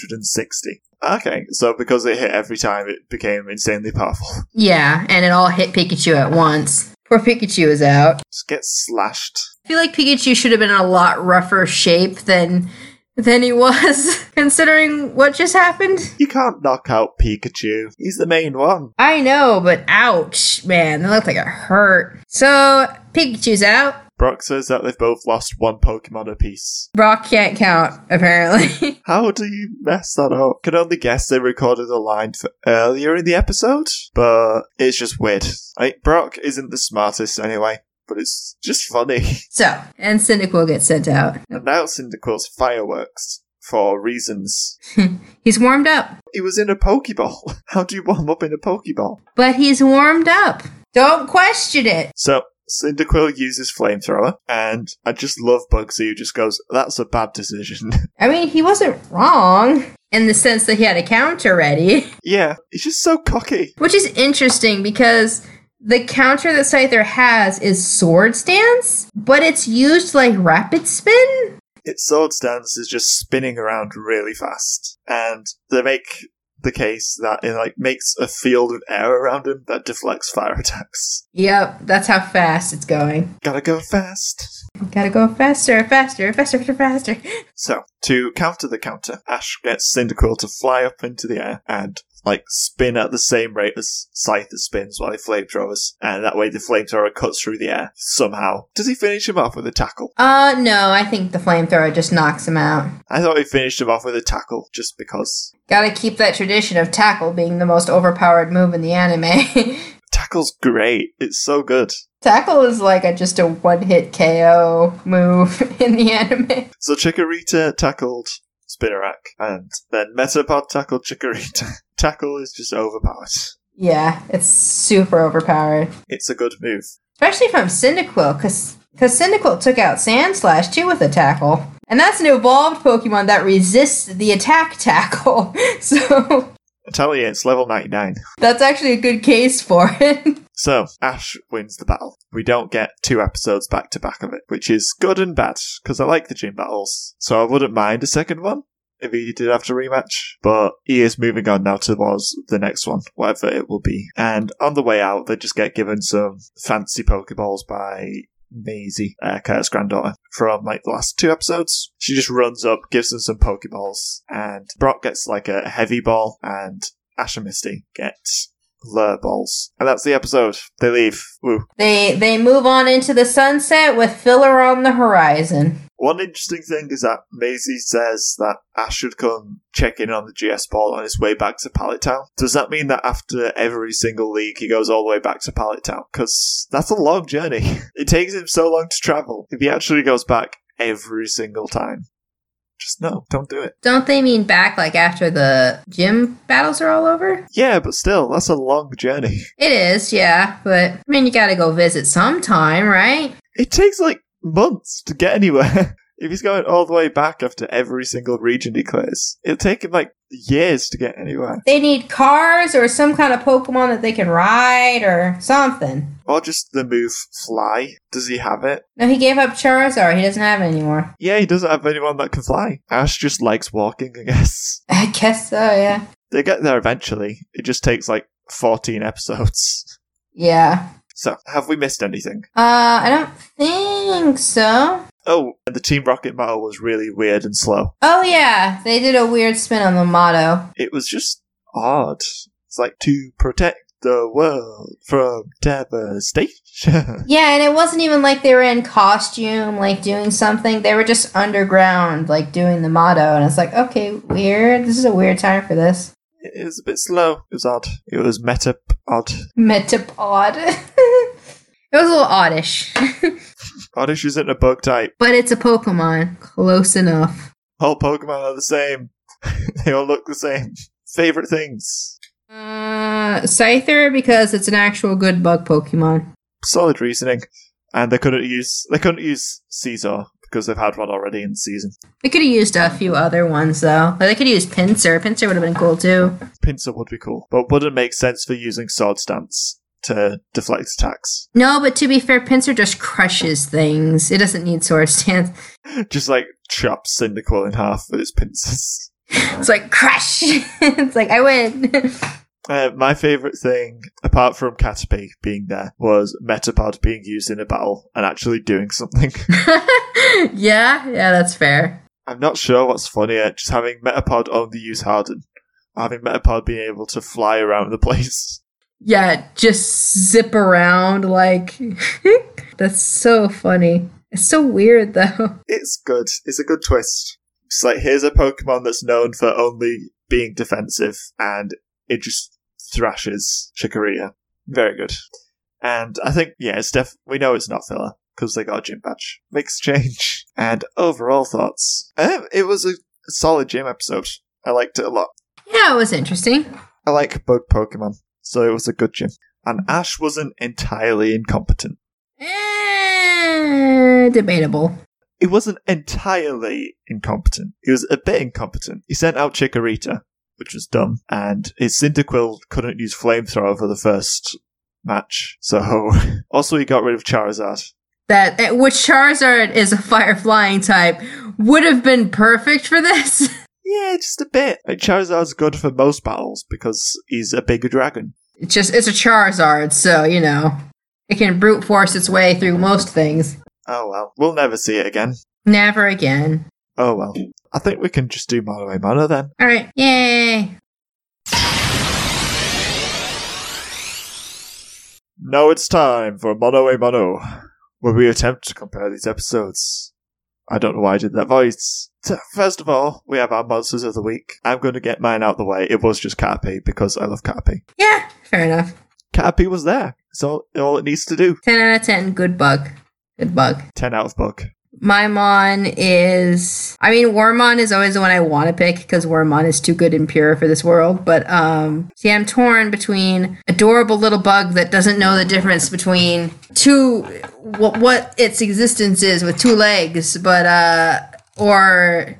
160. Okay, so because it hit every time, it became insanely powerful.
Yeah, and it all hit Pikachu at once. Poor Pikachu is out.
Just get slashed.
I feel like Pikachu should have been in a lot rougher shape than than he was considering what just happened.
You can't knock out Pikachu. He's the main one.
I know, but ouch, man, that looked like it hurt. So Pikachu's out.
Brock says that they've both lost one Pokemon apiece.
Brock can't count, apparently.
How do you mess that up? Can only guess they recorded a line for earlier in the episode, but it's just weird. Like Brock isn't the smartest anyway, but it's just funny.
so, and Cyndaquil gets sent out.
And now Cyndaquil's fireworks for reasons.
He's warmed up,
He was in a Pokeball. How do you warm up in a Pokeball?
but he's warmed up. Don't question it.
So Cyndaquil uses flamethrower, and I just love Bugsy who just goes, "That's a bad decision."
I mean, he wasn't wrong in the sense that he had a counter ready.
yeah, he's just so cocky.
Which is interesting because the counter that Scyther has is Sword Stance, but it's used like Rapid Spin?
its sword stance is just spinning around really fast. And they make the case that it like makes a field of air around him that deflects fire attacks.
Yep, that's how fast it's going.
Gotta go fast.
Gotta go faster, faster, faster, faster, faster.
So, to counter the counter, Ash gets Cyndaquil to fly up into the air and like spin at the same rate as Scyther spins while he flamethrowers, and that way the flamethrower cuts through the air somehow. Does he finish him off with a tackle?
Uh, no, I think the flamethrower just knocks him out.
I thought he finished him off with a tackle just because.
Gotta keep that tradition of tackle being the most overpowered move in the anime.
Tackle's great, it's so good.
tackle is like a, just a one hit KO move in the anime.
So Chikorita tackled Spinnerack, and then Metapod tackled Chikorita. Tackle is just overpowered.
Yeah, it's super overpowered.
It's a good move.
Especially from Cyndaquil, because Because Cyndaquil took out Sandslash too with a tackle. And that's an evolved Pokemon that resists the attack tackle. So
Tally, it's level 99.
that's actually a good case for it.
So, Ash wins the battle. We don't get two episodes back to back of it, which is good and bad, because I like the gym battles, so I wouldn't mind a second one if he did have to rematch. But he is moving on now towards the next one, whatever it will be. And on the way out, they just get given some fancy Pokeballs by Maisie, uh, Kurt's granddaughter, from like the last two episodes. She just runs up, gives them some Pokeballs, and Brock gets like a heavy ball, and Ash and Misty get lure balls. And that's the episode. They leave. Woo.
They they move on into the sunset with filler on the horizon.
One interesting thing is that Maisie says that Ash should come check in on the GS ball on his way back to Pallet Town. Does that mean that after every single league he goes all the way back to Pallet Town? Because that's a long journey. It takes him so long to travel. If he actually goes back every single time. Just no, don't do it.
Don't they mean back like after the gym battles are all over?
Yeah, but still, that's a long journey.
It is, yeah, but I mean you gotta go visit sometime, right?
It takes like months to get anywhere. if he's going all the way back after every single region he clears, it'll take him like years to get anywhere.
They need cars or some kind of Pokemon that they can ride or something.
Or just the move fly. Does he have it?
No, he gave up Charizard. He doesn't have it anymore.
Yeah, he doesn't have anyone that can fly. Ash just likes walking, I guess.
I guess so, yeah.
They get there eventually. It just takes like 14 episodes.
Yeah.
So, have we missed anything?
Uh, I don't think so.
Oh, and the Team Rocket motto was really weird and slow.
Oh, yeah. They did a weird spin on the motto.
It was just odd. It's like to protect the world from devastation.
Yeah, and it wasn't even like they were in costume, like doing something. They were just underground, like doing the motto. And it's like, okay, weird. This is a weird time for this.
It was a bit slow. It was odd. It was meta odd.
Metapod. it was a little oddish,
Oddish isn't a bug type.
but it's a Pokemon. Close enough.
All Pokemon are the same. they all look the same. Favorite things.
Uh, Scyther because it's an actual good bug Pokemon.
Solid reasoning. And they couldn't use they couldn't use Caesar because they've had one already in season.
They could have used a few other ones though. Like they could have used Pinsir. Pinsir would have been cool too.
Pinsir would be cool, but wouldn't make sense for using Sword Stance to deflect attacks.
No, but to be fair, Pinsir just crushes things. It doesn't need Sword Stance.
Just like chops Cyndaquil in half with its pincers.
It's like crush. it's like I win.
Uh, my favourite thing, apart from Caterpie being there, was Metapod being used in a battle and actually doing something.
yeah, yeah, that's fair.
I'm not sure what's funnier, just having Metapod only use Harden, or having Metapod being able to fly around the place.
Yeah, just zip around like that's so funny. It's so weird though.
It's good. It's a good twist. It's like, here's a Pokemon that's known for only being defensive, and it just thrashes Chikorita. Very good. And I think, yeah, it's def- we know it's not filler, because they got a gym badge. Mix change. And overall thoughts. Um, it was a solid gym episode. I liked it a lot.
Yeah, it was interesting.
I like both Pokemon, so it was a good gym. And Ash wasn't entirely incompetent.
Eh, debatable.
He wasn't entirely incompetent. He was a bit incompetent. He sent out Chikorita, which was dumb, and his Cyndaquil couldn't use Flamethrower for the first match. So, also he got rid of Charizard.
That eh, which Charizard is a fire flying type would have been perfect for this.
Yeah, just a bit. Like Charizard's good for most battles because he's a bigger dragon.
It's just it's a Charizard, so you know it can brute force its way through most things.
Oh well, we'll never see it again.
Never again.
Oh well. I think we can just do Mono Mono then.
All right, yay.
Now it's time for Mono a Mono, where we attempt to compare these episodes. I don't know why I did that voice. So, First of all, we have our monsters of the week. I'm going to get mine out the way. It was just Caterpie because I love Caterpie.
Yeah, fair enough.
Caterpie was there. It's all, all it needs to do.
10 out of 10. Good bug. Good bug.
Ten out of book.
My mon is I mean, Wormon is always the one I want to pick because Wormon is too good and pure for this world. But um, see, I'm torn between adorable little bug that doesn't know the difference between two what, what its existence is with two legs, but uh, or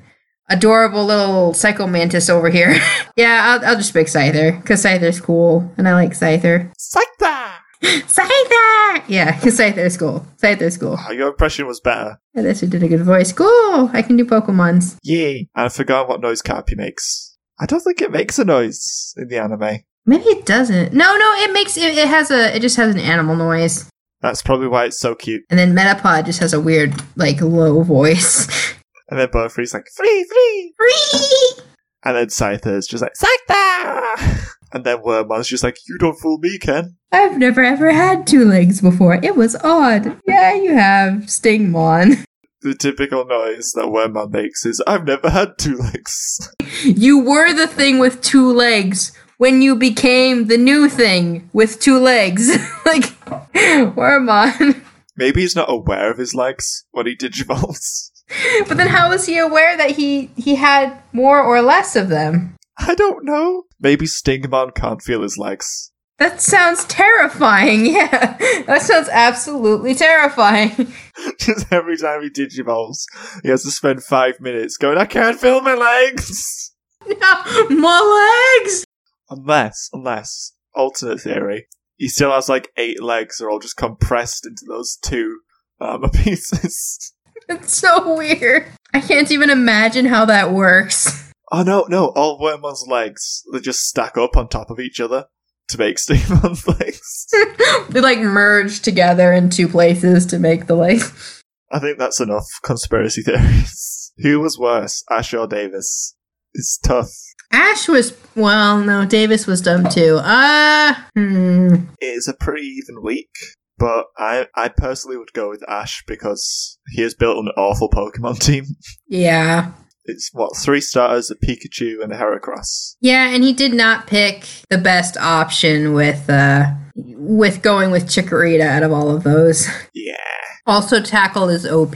adorable little psycho mantis over here. yeah, I'll, I'll just pick Scyther because Scyther's cool and I like Scyther.
Psych
Scyther, yeah, because Scyther's cool. Scyther's cool.
Your impression was better.
Yeah, that's who did a good voice. Cool. I can do Pokemon's.
Yay. I forgot what noise Cappy makes. I don't think it makes a noise in the anime.
Maybe it doesn't. No, no, it makes it, it has a it just has an animal noise.
That's probably why it's so cute.
And then Metapod just has a weird, like low voice.
And then Butterfree's like, free, free.
Free!
And then Scyther's just like, Scyther! And then Wormon's just like, you don't fool me, Ken.
I've never ever had two legs before. It was odd. Yeah, you have Stingmon.
The typical noise that Wormon makes is, I've never had two legs.
You were the thing with two legs when you became the new thing with two legs. like Wormon.
Maybe he's not aware of his legs when he digivolves.
But then how was he aware that he he had more or less of them?
I don't know. Maybe Stingmon can't feel his legs.
That sounds terrifying. Yeah. That sounds absolutely terrifying.
Just every time he digivolves, he has to spend five minutes going, I can't feel my legs!
No, my legs.
Unless, unless, alternate theory, he still has like eight legs, they're all just compressed into those two armor pieces.
It's so weird. I can't even imagine how that works.
Oh no, no, all Wormon's legs, they just stack up on top of each other to make Stingmon's legs.
they like merge together in two places to make the like
I think that's enough conspiracy theories. Who was worse, Ash or Davis? It's tough.
Ash was well, no, Davis was dumb too. Uh hmm.
It's a pretty even week, but I, I personally would go with Ash because he has built an awful Pokemon team.
Yeah.
It's what three starters, a Pikachu, and a Heracross.
Yeah, and he did not pick the best option with uh with going with Chikorita out of all of those.
Yeah,
Also tackle is OP.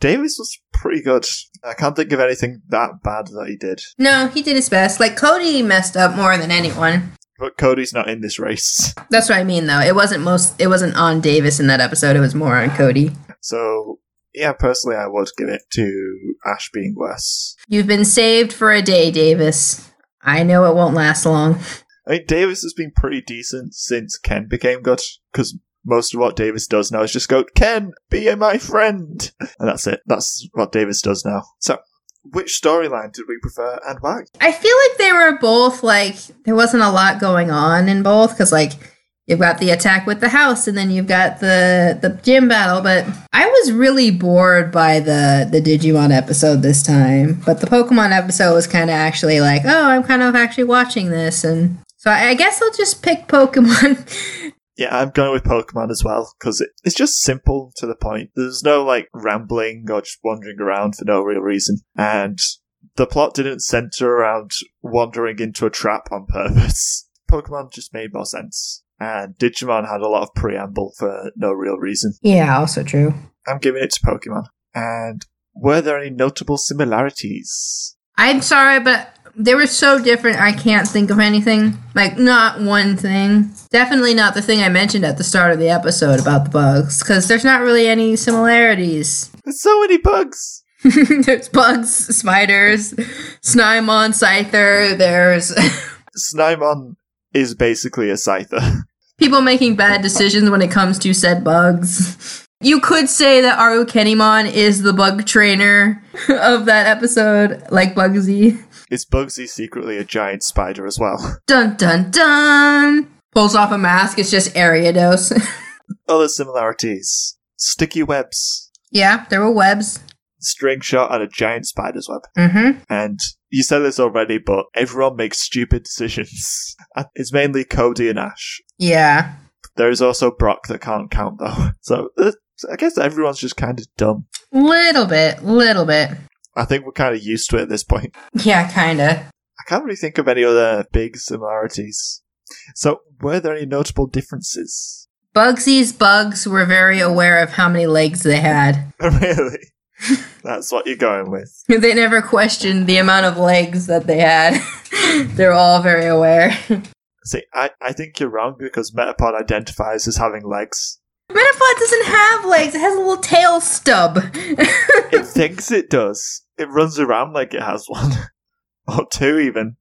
Davis was pretty good. I can't think of anything that bad that he did.
No, he did his best. Like Cody messed up more than anyone.
But Cody's not in this race,
That's what I mean though. It wasn't most it wasn't on Davis in that episode, it was more on Cody.
so yeah, personally, I would give it to Ash being worse.
You've been saved for a day, Davis. I know it won't last long.
I mean, Davis has been pretty decent since Ken became good, because most of what Davis does now is just go, Ken, be my friend! And that's it. That's what Davis does now. So, which storyline did we prefer and why?
I feel like they were both like there wasn't a lot going on in both because like you've got the attack with the house and then you've got the the gym battle. But I was really bored by the the Digimon episode this time. But the Pokemon episode was kind of actually like oh I'm kind of actually watching this and so I, I guess I'll just pick Pokemon.
Yeah, I'm going with Pokemon as well, because it, it's just simple to the point. There's no, like, rambling or just wandering around for no real reason. And the plot didn't center around wandering into a trap on purpose. Pokemon just made more sense. And Digimon had a lot of preamble for no real reason.
yeah, also true.
I'm giving it to Pokemon. And were there any notable similarities?
I'm sorry, but they were so different. I can't think of anything. Like, not one thing. Definitely not the thing I mentioned at the start of the episode about the bugs, because there's not really any similarities.
There's so many bugs!
there's bugs, spiders, Snymon, Scyther, there's
Snymon is basically a Scyther.
people making bad decisions when it comes to said bugs. You could say that Aru Kenimon is the bug trainer of that episode, like Bugsy.
Is Bugsy secretly a giant spider as well?
Dun dun dun! Pulls off a mask, it's just Ariados.
Other similarities sticky webs,
Yeah, there were webs.
string shot, and a giant spider's web.
Mm-hmm.
And you said this already, but everyone makes stupid decisions. It's mainly Cody and Ash.
Yeah.
There is also Brock that can't count, though. So uh, I guess everyone's just kind of dumb.
Little bit, little bit.
I think we're kind of used to it at this point.
Yeah, kinda.
I can't really think of any other big similarities. So, were there any notable differences?
Bugsy's bugs were very aware of how many legs they had.
really? That's what you're going with.
They never questioned the amount of legs that they had. They're all very aware.
See, I, I think you're wrong because Metapod identifies as having legs.
Metapod doesn't have legs. It has a little tail stub.
It thinks it does. It runs around like it has one. or two, even.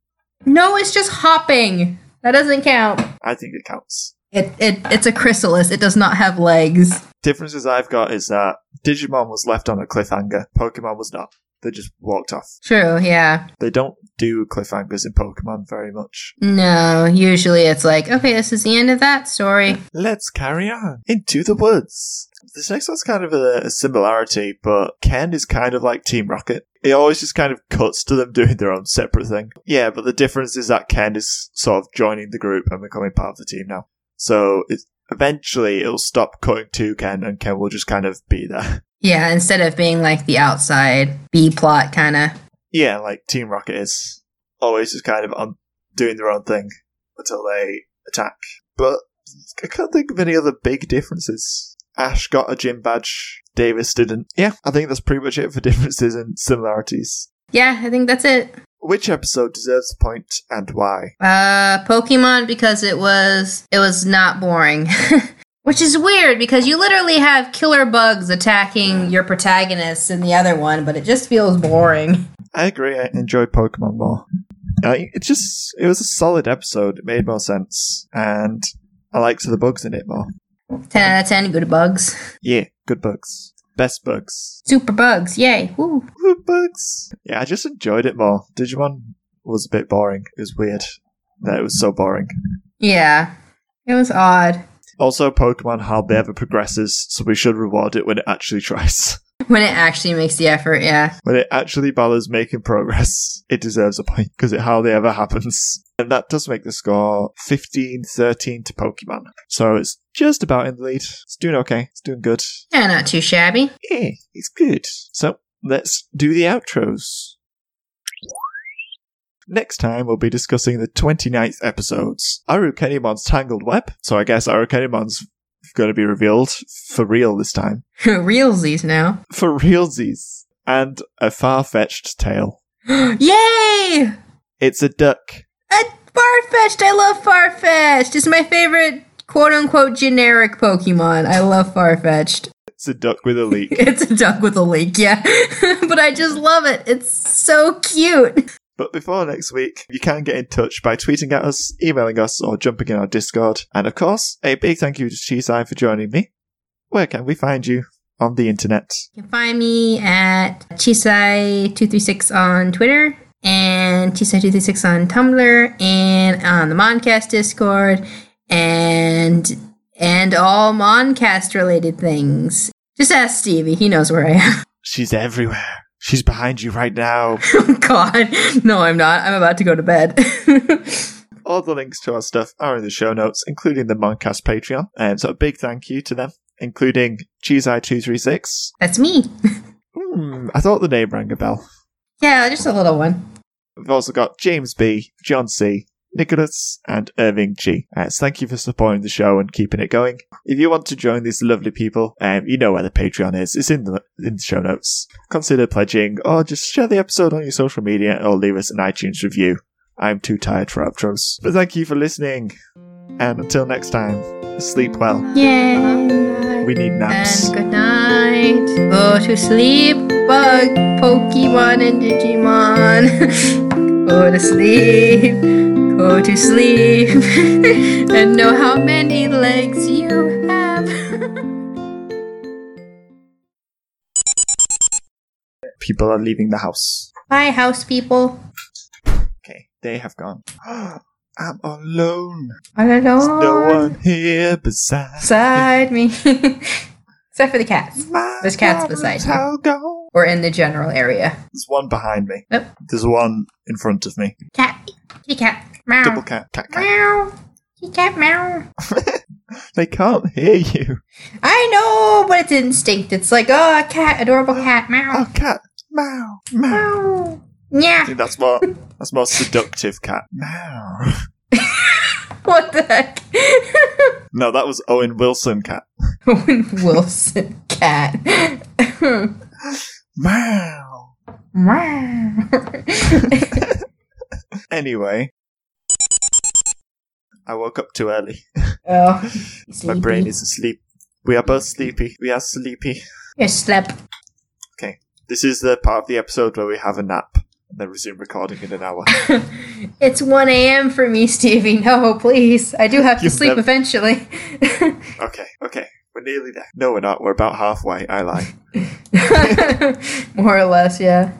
no, it's just hopping. That doesn't count.
I think it counts.
It, it it's a chrysalis. It does not have legs.
Differences I've got is that Digimon was left on a cliffhanger, Pokemon was not. They just walked off.
True, yeah.
They don't do cliffhangers in Pokemon very much.
No, usually it's like, okay, this is the end of that story.
Let's carry on into the woods. This next one's kind of a, a similarity, but Ken is kind of like Team Rocket. It always just kind of cuts to them doing their own separate thing. Yeah, but the difference is that Ken is sort of joining the group and becoming part of the team now. So it's, eventually it'll stop cutting to Ken and Ken will just kind of be there.
Yeah, instead of being like the outside B plot kind of.
Yeah, like Team Rocket is always just kind of on doing their own thing until they attack. But I can't think of any other big differences. Ash got a gym badge, Davis didn't. Yeah, I think that's pretty much it for differences and similarities.
Yeah, I think that's it.
Which episode deserves a point and why?
Uh, Pokemon because it was it was not boring, which is weird because you literally have killer bugs attacking your protagonist in the other one, but it just feels boring.
I agree, I enjoy Pokemon more. I, it just, it was a solid episode, it made more sense, and I liked the bugs in it more.
Ten out of ten, good bugs,
Yeah, good bugs. Best bugs.
super bugs, yay! Woo.
Woo, bugs. Yeah, I just enjoyed it more. Digimon was a bit boring. It was weird that it was so boring.
Yeah, it was odd
Also, Pokemon hardly ever progresses, so we should reward it when it actually tries.
when it actually makes the effort. Yeah,
When it actually bothers making progress, it deserves a point because it hardly ever happens. And that does make the score 15 13 to Pokemon. So it's just about in the lead. It's doing okay. It's doing good.
yeah, not too shabby.
Yeah, it's good. So let's do the outros. Next time, we'll be discussing the 29th episodes Arukenimon's Tangled Web. So I guess Arukenimon's going to be revealed for real this time.
Realsies now,
For realsies. And a far fetched tale.
yay!
It's a duck.
Uh, Farfetch'd, I love Farfetch'd. It's my favorite quote unquote generic Pokemon. I love Farfetch'd.
It's a duck with a leak.
It's a duck with a leak, yeah. but I just love it. It's so cute.
But before next week, you can get in touch by tweeting at us, emailing us, or jumping in our Discord. And of course, a big thank you to Cheeseye for joining me. Where can we find you? On the internet.
You can find me at Chisai236 on Twitter and Chisai236 on Tumblr and on the Moncast Discord and and all Moncast related things. Just ask Stevie, he knows where I am.
She's everywhere. She's behind you right now.
oh god. No, I'm not. I'm about to go to bed.
All the links to our stuff are in the show notes, including the Moncast Patreon. And so a big thank you to them, including CheeseEye236.
That's me.
Hmm, I thought the name rang a bell.
Yeah, just a little one.
We've also got James B, John C, Nicholas, and Irving G. Uh, so thank you for supporting the show and keeping it going. If you want to join these lovely people, um, you know where the Patreon is. It's in the in the show notes. Consider pledging, or just share the episode on your social media, or leave us an iTunes review. I'm too tired for outros. But thank you for listening, and until next time, sleep well.
Yay.
We need naps.
And good night. Go to sleep, bug, Pokemon, and Digimon. Go to sleep. Go to sleep. and know how many legs you have.
People are leaving the house.
Bye, house people.
Okay, they have gone. I'm alone.
I don't know.
There's no one here besides.
Beside me. Except for the cats.
My
There's cats beside you.
all gone.
Or in the general area.
There's one behind me.
Nope.
There's one in front of me.
Cat. Kitty cat. Meow.
Double cat, cat, cat.
Meow. Kitty cat meow.
They can't hear you.
I know, but it's instinct. It's like, oh, a cat, adorable cat, meow,
Oh, cat. Meow, meow.
meow.
I
Yeah.
think that's more. That's more seductive, cat. Meow.
What the heck?
No, that was Owen Wilson, cat.
Owen Wilson cat.
Wow. Anyway, I woke up too early.
oh,
My
sleepy.
brain is asleep. We are both sleepy. We are sleepy.
You slept.
This is the part of the episode where we have a nap and then resume recording in an hour.
It's 1 a.m. for me, Stevie. No, please. I do have to
You've
sleep
never-
eventually.
Okay, okay. We're nearly there. No, we're not. We're about halfway. I lie.
More or less, yeah.